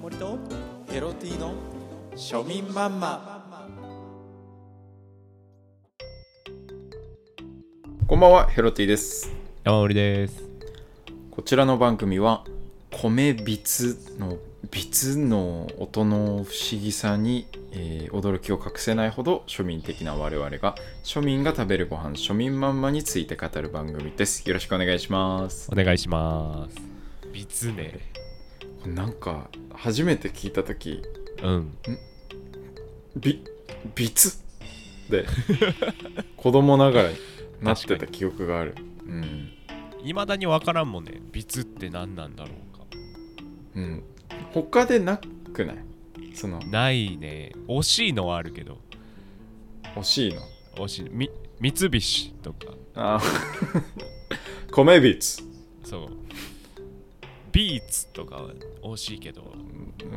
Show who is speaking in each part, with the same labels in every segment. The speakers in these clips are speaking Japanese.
Speaker 1: 森とエロティの庶民マンマ
Speaker 2: こんばんは、ヘロティです。
Speaker 3: 山森です。
Speaker 2: こちらの番組は、米びつの、びつの音の不思議さに、えー驚きを隠せないほど庶民的な我々が、庶民が食べるご飯、庶民まんまについて語る番組です。よろしくお願いします。
Speaker 3: お願いします。ビツネ。
Speaker 2: なんか、初めて聞いたとき、
Speaker 3: うん。
Speaker 2: び、びつで、 子供ながらになってた記憶がある。うん。
Speaker 3: いまだにわからんもんね。ビツって何なんだろうか。
Speaker 2: うん。他でなくないその、
Speaker 3: ないね。惜しいのはあるけど。
Speaker 2: 惜しいの。
Speaker 3: 惜しい。み三菱とか。
Speaker 2: あー米びつ
Speaker 3: そう。ビーツとかは惜しいけど。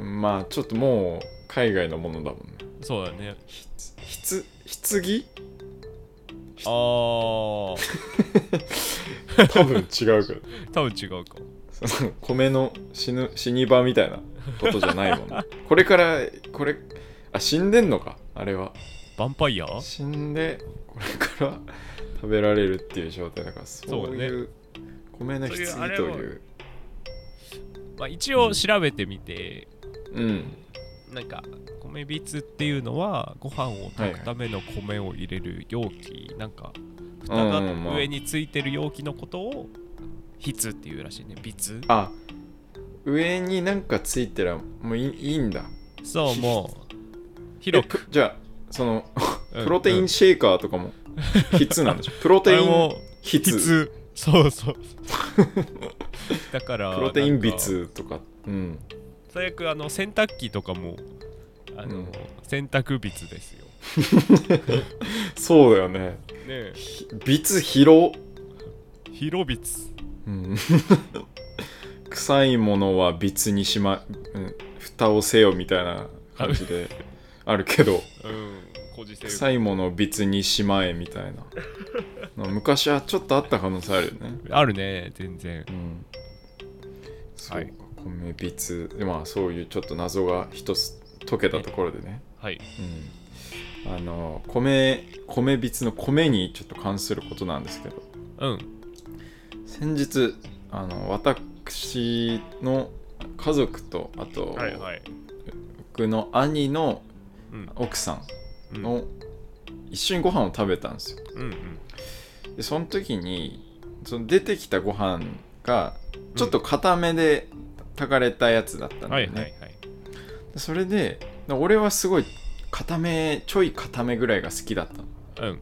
Speaker 2: まあちょっともう海外のものだもんね
Speaker 3: そうだね。
Speaker 2: ひつひつひつぎ
Speaker 3: あー。
Speaker 2: 多分違うけど
Speaker 3: 多分違うか。
Speaker 2: その米の死ぬ死に場みたいなことじゃないもんねこれからこれあ死んでんのかあれは
Speaker 3: ヴァンパイア
Speaker 2: 死んでこれから食べられるっていう状態だからそう
Speaker 3: そうだね
Speaker 2: いう米のひつぎ
Speaker 3: そういうあれ
Speaker 2: と
Speaker 3: を
Speaker 2: いう
Speaker 3: まあ一応調べてみて、
Speaker 2: うん
Speaker 3: なんか米びつっていうのはご飯を炊くための米を入れる容器、なんか蓋が
Speaker 2: うんうんまあ
Speaker 3: 上についてる容器のことをひつっていうらしいねびつ
Speaker 2: あ上になんかついてらもういいいいんだ
Speaker 3: そう
Speaker 2: ひ
Speaker 3: もう 広
Speaker 2: え
Speaker 3: く
Speaker 2: プじゃあその
Speaker 3: うん
Speaker 2: プロテイ
Speaker 3: う
Speaker 2: ン
Speaker 3: ん
Speaker 2: シェイカーとかも必須なんでしょプロ
Speaker 3: あ
Speaker 2: テイ
Speaker 3: れ
Speaker 2: ン
Speaker 3: もひ
Speaker 2: 必
Speaker 3: つそう そうだから
Speaker 2: プロテイン
Speaker 3: なんか
Speaker 2: 必とかうん
Speaker 3: 最悪あの洗濯機とかもあの、
Speaker 2: うん
Speaker 3: 洗濯びつですよ
Speaker 2: そうだよね
Speaker 3: ねえ
Speaker 2: ひ必疲労、
Speaker 3: 広びつ
Speaker 2: うん臭いものは必にしま、うん、蓋をせよみたいな感じであるけど
Speaker 3: うんこじせる
Speaker 2: 臭いものを必にしまえみたいな昔はちょっとあった可能性あるよね
Speaker 3: あるね全然
Speaker 2: うんそうか、
Speaker 3: はい
Speaker 2: 米必でまあそういうちょっと謎が一つ解けたところでね
Speaker 3: はい
Speaker 2: うん、あの米米びつの米にちょっと関することなんですけど
Speaker 3: うん
Speaker 2: 先日あの私の家族とあと、
Speaker 3: はいはい
Speaker 2: 僕の兄の
Speaker 3: うん
Speaker 2: 奥さ
Speaker 3: うんん
Speaker 2: の一緒にご飯を食べたんですよ
Speaker 3: うんうん
Speaker 2: でその時にその出てきたご飯がちょっと固めで炊かれたやつだったんだよね、
Speaker 3: はいはいはい。
Speaker 2: それで俺はすごい固めちょい固めぐらいが好きだったの
Speaker 3: うん。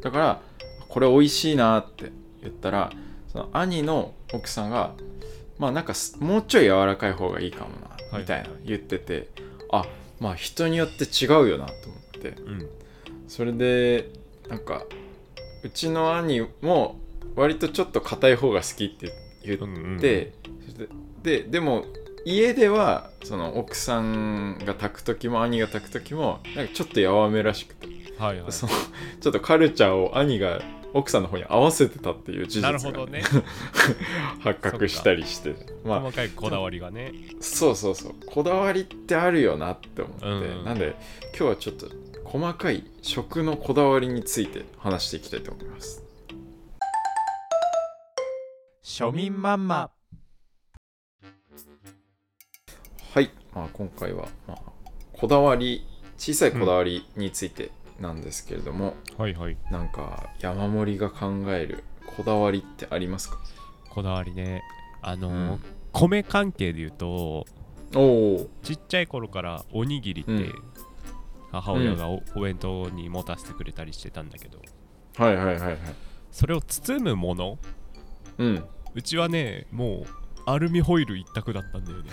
Speaker 2: だからこれ美味しいなって言ったらその兄の奥さんがまあなんかすもうちょい柔らかい方がいいかもな
Speaker 3: はい
Speaker 2: みたいな
Speaker 3: はい
Speaker 2: 言ってて、あまあ人によって違うよなと思って
Speaker 3: うん。
Speaker 2: それでなんかうちの兄も割とちょっと硬い方が好きって言
Speaker 3: うんうんう
Speaker 2: っ
Speaker 3: ん
Speaker 2: て、それでででも家ではその奥さんが炊く時も兄が炊く時もなんかちょっと柔めらしくて
Speaker 3: はいはい。
Speaker 2: その ちょっとカルチャーを兄が奥さんの方に合わせてたっていう事実
Speaker 3: な
Speaker 2: がね、
Speaker 3: るほど ね。
Speaker 2: 発覚したりしてまあ
Speaker 3: 細かいこだわりがね。
Speaker 2: そうそうそうこだわりってあるよなって思って、
Speaker 3: うんうん
Speaker 2: なんで今日はちょっと細かい食のこだわりについて話していきたいと思います
Speaker 1: 庶民マンマ
Speaker 2: はい、まあ、今回は、まあ、こだわり小さいこだわりについてなんですけれども、
Speaker 3: はいはい。
Speaker 2: なんか山盛りが考えるこだわりってありますか
Speaker 3: こだわりね。あのー
Speaker 2: うん
Speaker 3: 米関係で言うと、
Speaker 2: おお
Speaker 3: ちっちゃい頃からおにぎりって、
Speaker 2: うん
Speaker 3: 母親がおお弁当に持たせてくれたりしてたんだけど、
Speaker 2: はいはいはいはい
Speaker 3: それを包むもの、
Speaker 2: うん
Speaker 3: うちはね、もうアルミホイル一択だったんだよね。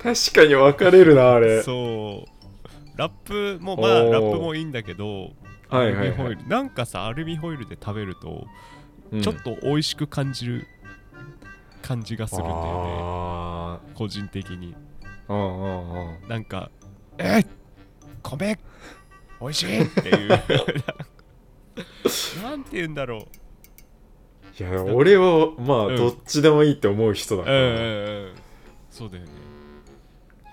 Speaker 2: 確かに分かれるなあれ
Speaker 3: そう。ラップもまあ
Speaker 2: おー
Speaker 3: ラップもいいんだけど、ア
Speaker 2: はい
Speaker 3: ル
Speaker 2: はい
Speaker 3: ミ
Speaker 2: はい
Speaker 3: ホイルなんかさアルミホイルで食べると
Speaker 2: うん
Speaker 3: ちょっと美味しく感じる感じがするんだよ
Speaker 2: あ
Speaker 3: ね、個人的に。
Speaker 2: ーうんうんうん
Speaker 3: なんか、え米美味しいっていう。なんか なんて言うんだろ
Speaker 2: いや俺はまあ
Speaker 3: うん
Speaker 2: どっちでもいいって思う人だ
Speaker 3: う。
Speaker 2: か
Speaker 3: うん
Speaker 2: ら、
Speaker 3: うんうん。そうだよね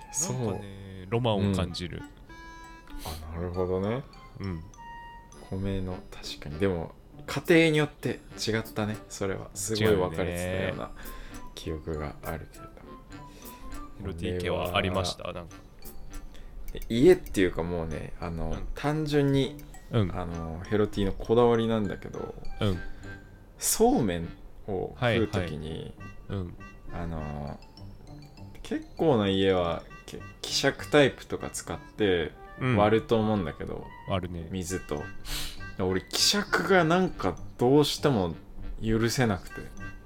Speaker 3: な
Speaker 2: そ
Speaker 3: んか
Speaker 2: う、
Speaker 3: ねロマンを感じる
Speaker 2: あなるほどね
Speaker 3: うん
Speaker 2: 米の確かにでも家庭によって違ったねそれはすごい分かれてたような記憶があるけれど
Speaker 3: ロティー系はありましたなんか
Speaker 2: 家っていうかもうねあの、
Speaker 3: うん
Speaker 2: 単純に
Speaker 3: うん
Speaker 2: あのヘロティのこだわりなんだけど
Speaker 3: うん
Speaker 2: そうめんを食う時に、
Speaker 3: うん
Speaker 2: あの結構な家はけ希釈タイプとか使って
Speaker 3: うん
Speaker 2: 割ると思うんだけど、
Speaker 3: 割るね
Speaker 2: 水と俺希釈がなんかどうしても許せなくて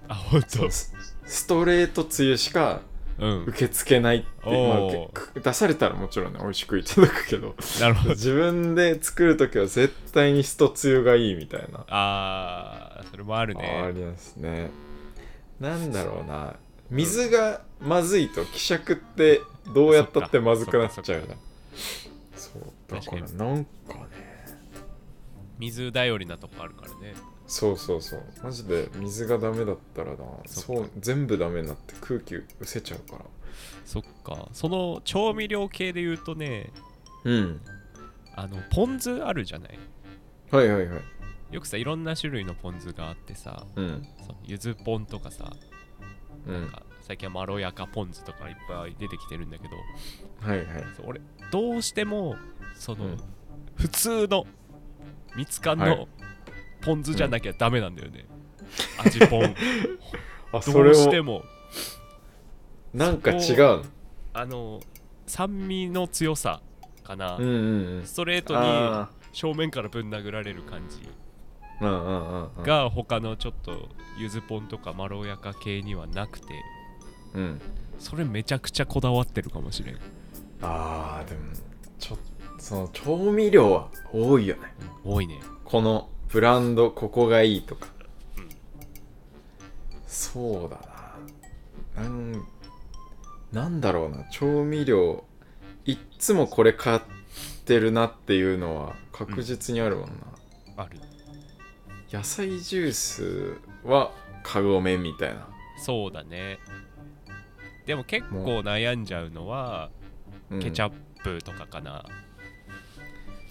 Speaker 3: あほんと
Speaker 2: スストレートつゆしか
Speaker 3: うん
Speaker 2: 受け付けないって、まあ
Speaker 3: おー
Speaker 2: 受け出されたらもちろんね美味しくいただくけど
Speaker 3: なるほど
Speaker 2: 自分で作る時は絶対にストつゆがいいみたいな
Speaker 3: あーそれもある
Speaker 2: ああ
Speaker 3: ね
Speaker 2: りますねなんだろうな水がまずいと希釈ってどうやったってまずくなっちゃうなそうだから
Speaker 3: 確
Speaker 2: なんかね
Speaker 3: 水頼りなとこあるからね
Speaker 2: そうそうそうマジで水がダメだったらな
Speaker 3: そっ
Speaker 2: そう全部ダメになって空気失せちゃうから
Speaker 3: そっかその調味料系で言うとね
Speaker 2: うん
Speaker 3: あのポン酢あるじゃない
Speaker 2: はいはいはい
Speaker 3: よくさいろんな種類のポン酢があってさ
Speaker 2: うん
Speaker 3: そのゆずポンとかさ
Speaker 2: うん
Speaker 3: 最近はまろやかポン酢とかいっぱい出てきてるんだけど
Speaker 2: はいはい
Speaker 3: そう俺どうしてもその、
Speaker 2: うん
Speaker 3: 普通のミツカン
Speaker 2: はい
Speaker 3: のポン酢じゃなきゃダメなんだよね、味ポン
Speaker 2: あ そ
Speaker 3: ど
Speaker 2: れ
Speaker 3: うして
Speaker 2: を
Speaker 3: も
Speaker 2: なんか違うの
Speaker 3: あの酸味の強さかな、
Speaker 2: うんうんうん
Speaker 3: ストレートに
Speaker 2: あ
Speaker 3: 正面からぶん殴られる感じ
Speaker 2: ーうんうんうんうん
Speaker 3: が他のちょっとゆずポンとかまろやか系にはなくて
Speaker 2: うん
Speaker 3: それめちゃくちゃこだわってるかもしれん
Speaker 2: あーでもちょっとその調味料は多いよね
Speaker 3: 多いね
Speaker 2: このブランドここがいいとか、そうだななんなんだろうな調味料いっつもこれ買ってるなっていうのは確実にあるもんな、
Speaker 3: ある
Speaker 2: 野菜ジュースはカゴメみたいな
Speaker 3: そうだねでも結構悩んじゃうのは
Speaker 2: うん
Speaker 3: ケチャップとかかな、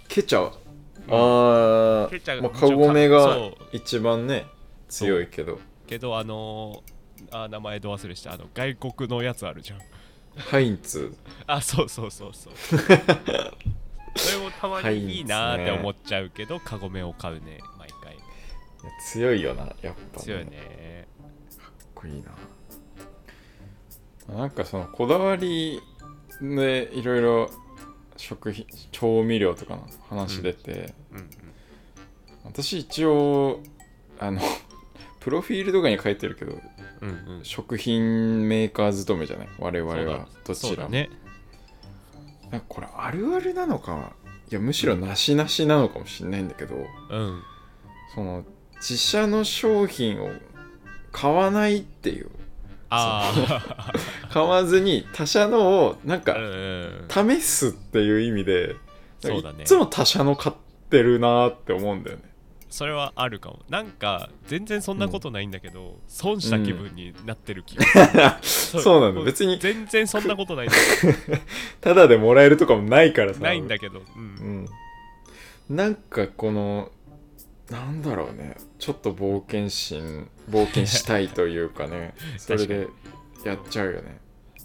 Speaker 2: ケチャ
Speaker 3: うん
Speaker 2: あ
Speaker 3: ケチャ
Speaker 2: あ、まあ、カゴメが
Speaker 3: そう
Speaker 2: 一番ね強いけど
Speaker 3: けどあのー、あー名前ど忘れしたあの外国のやつあるじゃん
Speaker 2: ハインツ
Speaker 3: あそうそうそう そうそれもたまにいいなーって思っちゃうけどカゴメを買うね毎回
Speaker 2: いや強いよなやっぱ、
Speaker 3: 強いね
Speaker 2: かっこいいななんかそのこだわりでいろいろ食品調味料とかの話出て、
Speaker 3: うんうん
Speaker 2: 私一応あの プロフィールとかに書いてるけど
Speaker 3: うんうん
Speaker 2: 食品メーカー勤めじゃない我々
Speaker 3: そう
Speaker 2: は
Speaker 3: だ
Speaker 2: ど
Speaker 3: そ
Speaker 2: ち
Speaker 3: う
Speaker 2: ら
Speaker 3: だ
Speaker 2: も、
Speaker 3: ね
Speaker 2: なんかこれあるあるなのかいやむしろなしなしなのかもしれないんだけど
Speaker 3: うん
Speaker 2: その自社の商品を買わないっていう
Speaker 3: あ
Speaker 2: 買わずに他社のをなん
Speaker 3: あ
Speaker 2: か
Speaker 3: うんうん
Speaker 2: 試すっていう意味で、
Speaker 3: そうだね
Speaker 2: いつも他社の買ってるなーって思うんだよね。
Speaker 3: それはあるかもなんか全然そんなことないんだけど、損した気分になってる気がする、
Speaker 2: そううなん だ。別に、
Speaker 3: 全然そんなことないんだ
Speaker 2: ただでもらえるとかもないからさ。
Speaker 3: ないんだけど、う、
Speaker 2: うんん。なんかこの、なんだろうね。ちょっと冒険心、冒険したいというか ね。それでやっちゃうよね。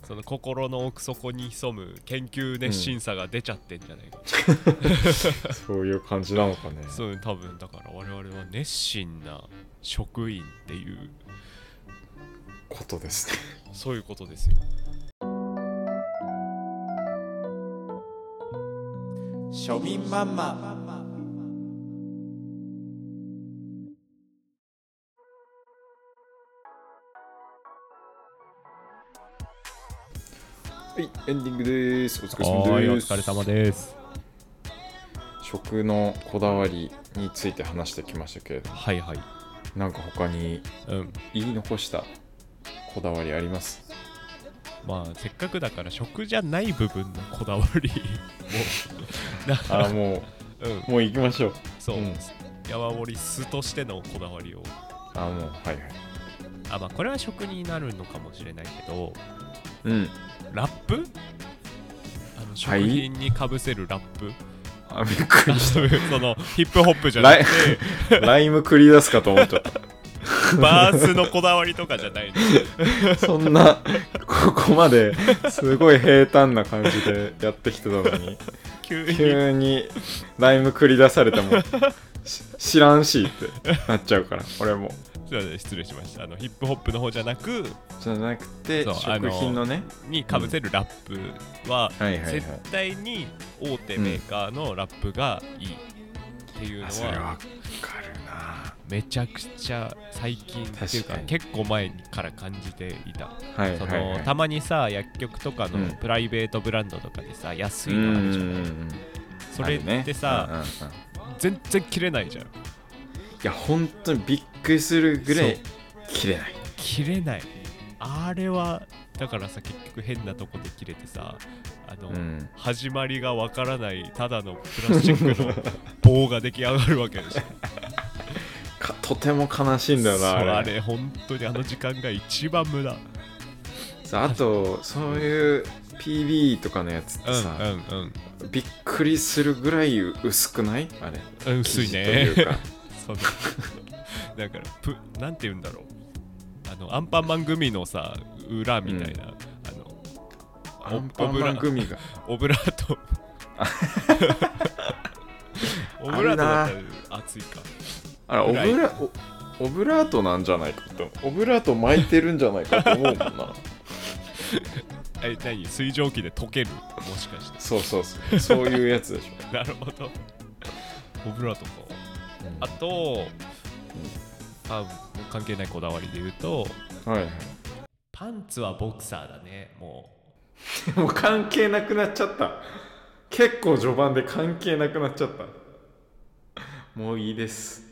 Speaker 3: その心の奥底に潜む研究熱心さが出ちゃってんじゃないか、
Speaker 2: そういう感じなのかね。
Speaker 3: そう多分だから我々は熱心な職員っていう
Speaker 2: ことですね。
Speaker 3: そういうことですよ
Speaker 1: 庶民ママ
Speaker 2: はい、エンディングです。お疲れ
Speaker 3: お
Speaker 2: 様
Speaker 3: ーい
Speaker 2: で
Speaker 3: お
Speaker 2: す。
Speaker 3: 疲れ様です
Speaker 2: 食のこだわりについて話してきましたけれど
Speaker 3: はいはい
Speaker 2: なんか他に
Speaker 3: うん
Speaker 2: 言い残したこだわりあります
Speaker 3: まあせっかくだから食じゃない部分のこだわり を
Speaker 2: あーも
Speaker 3: うん
Speaker 2: うもう行きましょう
Speaker 3: そう、
Speaker 2: うん
Speaker 3: 山盛り酢としてのこだわりを
Speaker 2: あーもうはいはい
Speaker 3: あまあこれは食になるのかもしれないけど
Speaker 2: うん
Speaker 3: ラップあの食
Speaker 2: い
Speaker 3: 品にかぶせるラップ、
Speaker 2: あびっくりし
Speaker 3: そういうそのヒップホップ
Speaker 2: た
Speaker 3: じゃな
Speaker 2: ライ
Speaker 3: く て
Speaker 2: ライム繰り出すかと思っちゃった
Speaker 3: バースのこだわりとかじゃないの
Speaker 2: そんな、ここまですごい平坦な感じでやってきてたのに、
Speaker 3: 急 に
Speaker 2: 急にライム繰り出されても、し知らんしってなっちゃうから、俺も。
Speaker 3: すいません失礼しましたあのヒップホップの方じゃなく
Speaker 2: じゃなくて、
Speaker 3: そう
Speaker 2: 食品のね、
Speaker 3: にかぶせるラップは、
Speaker 2: はいはいはい
Speaker 3: 絶対に大手メーカーのラップがいいっていうの
Speaker 2: あそれ
Speaker 3: は、
Speaker 2: わかるな
Speaker 3: めちゃくちゃ最近っていう
Speaker 2: 確
Speaker 3: か
Speaker 2: かに
Speaker 3: 結構前から感じていた、
Speaker 2: はい
Speaker 3: そ
Speaker 2: はい
Speaker 3: の
Speaker 2: はい
Speaker 3: た。まにさ薬局とか
Speaker 2: うん
Speaker 3: のプライベートブランドとかでさ安い
Speaker 2: うん
Speaker 3: の
Speaker 2: う
Speaker 3: ある
Speaker 2: ん
Speaker 3: じ
Speaker 2: う
Speaker 3: ゃ
Speaker 2: ん
Speaker 3: ん
Speaker 2: うん
Speaker 3: それって
Speaker 2: あ
Speaker 3: さ
Speaker 2: るねうんうんうん
Speaker 3: 全然切れないじゃん
Speaker 2: いや、本当にびっくりするぐらい
Speaker 3: そう
Speaker 2: 切れない。
Speaker 3: 切れないあれはだからさ結局変なとこで切れてさあの、
Speaker 2: うん
Speaker 3: 始まりがわからないただのプラスチックの 棒が出来上がるわけでしょ
Speaker 2: かとても悲しいんだよ
Speaker 3: そう
Speaker 2: な、あれ。
Speaker 3: あれ本当にあの時間が一番無駄
Speaker 2: さあとそういう PB とかのやつって
Speaker 3: うん
Speaker 2: さ、
Speaker 3: うん
Speaker 2: びっくりするぐらい薄くないあれ
Speaker 3: うん薄いね
Speaker 2: 生地という か
Speaker 3: そのだからプなんて言うんだろうあのアンパンマン組のさ裏みたいな、あ
Speaker 2: ア
Speaker 3: の
Speaker 2: ンパンマン組が
Speaker 3: オブラートオブラートだったら熱いか
Speaker 2: あれオ
Speaker 3: ぐ
Speaker 2: ブ
Speaker 3: ら
Speaker 2: ラおオブラートなんじゃないかとオブラート巻いてるんじゃないかと思うもん な
Speaker 3: え何水蒸気で溶けるもしかして
Speaker 2: そうそうそうそういうやつでしょ
Speaker 3: なるほどオブラートかあとあ関係ないこだわりで言うと
Speaker 2: はいはい
Speaker 3: パンツはボクサーだねも
Speaker 2: もう関係なくなっちゃった結構序盤で関係なくなっちゃったもういいです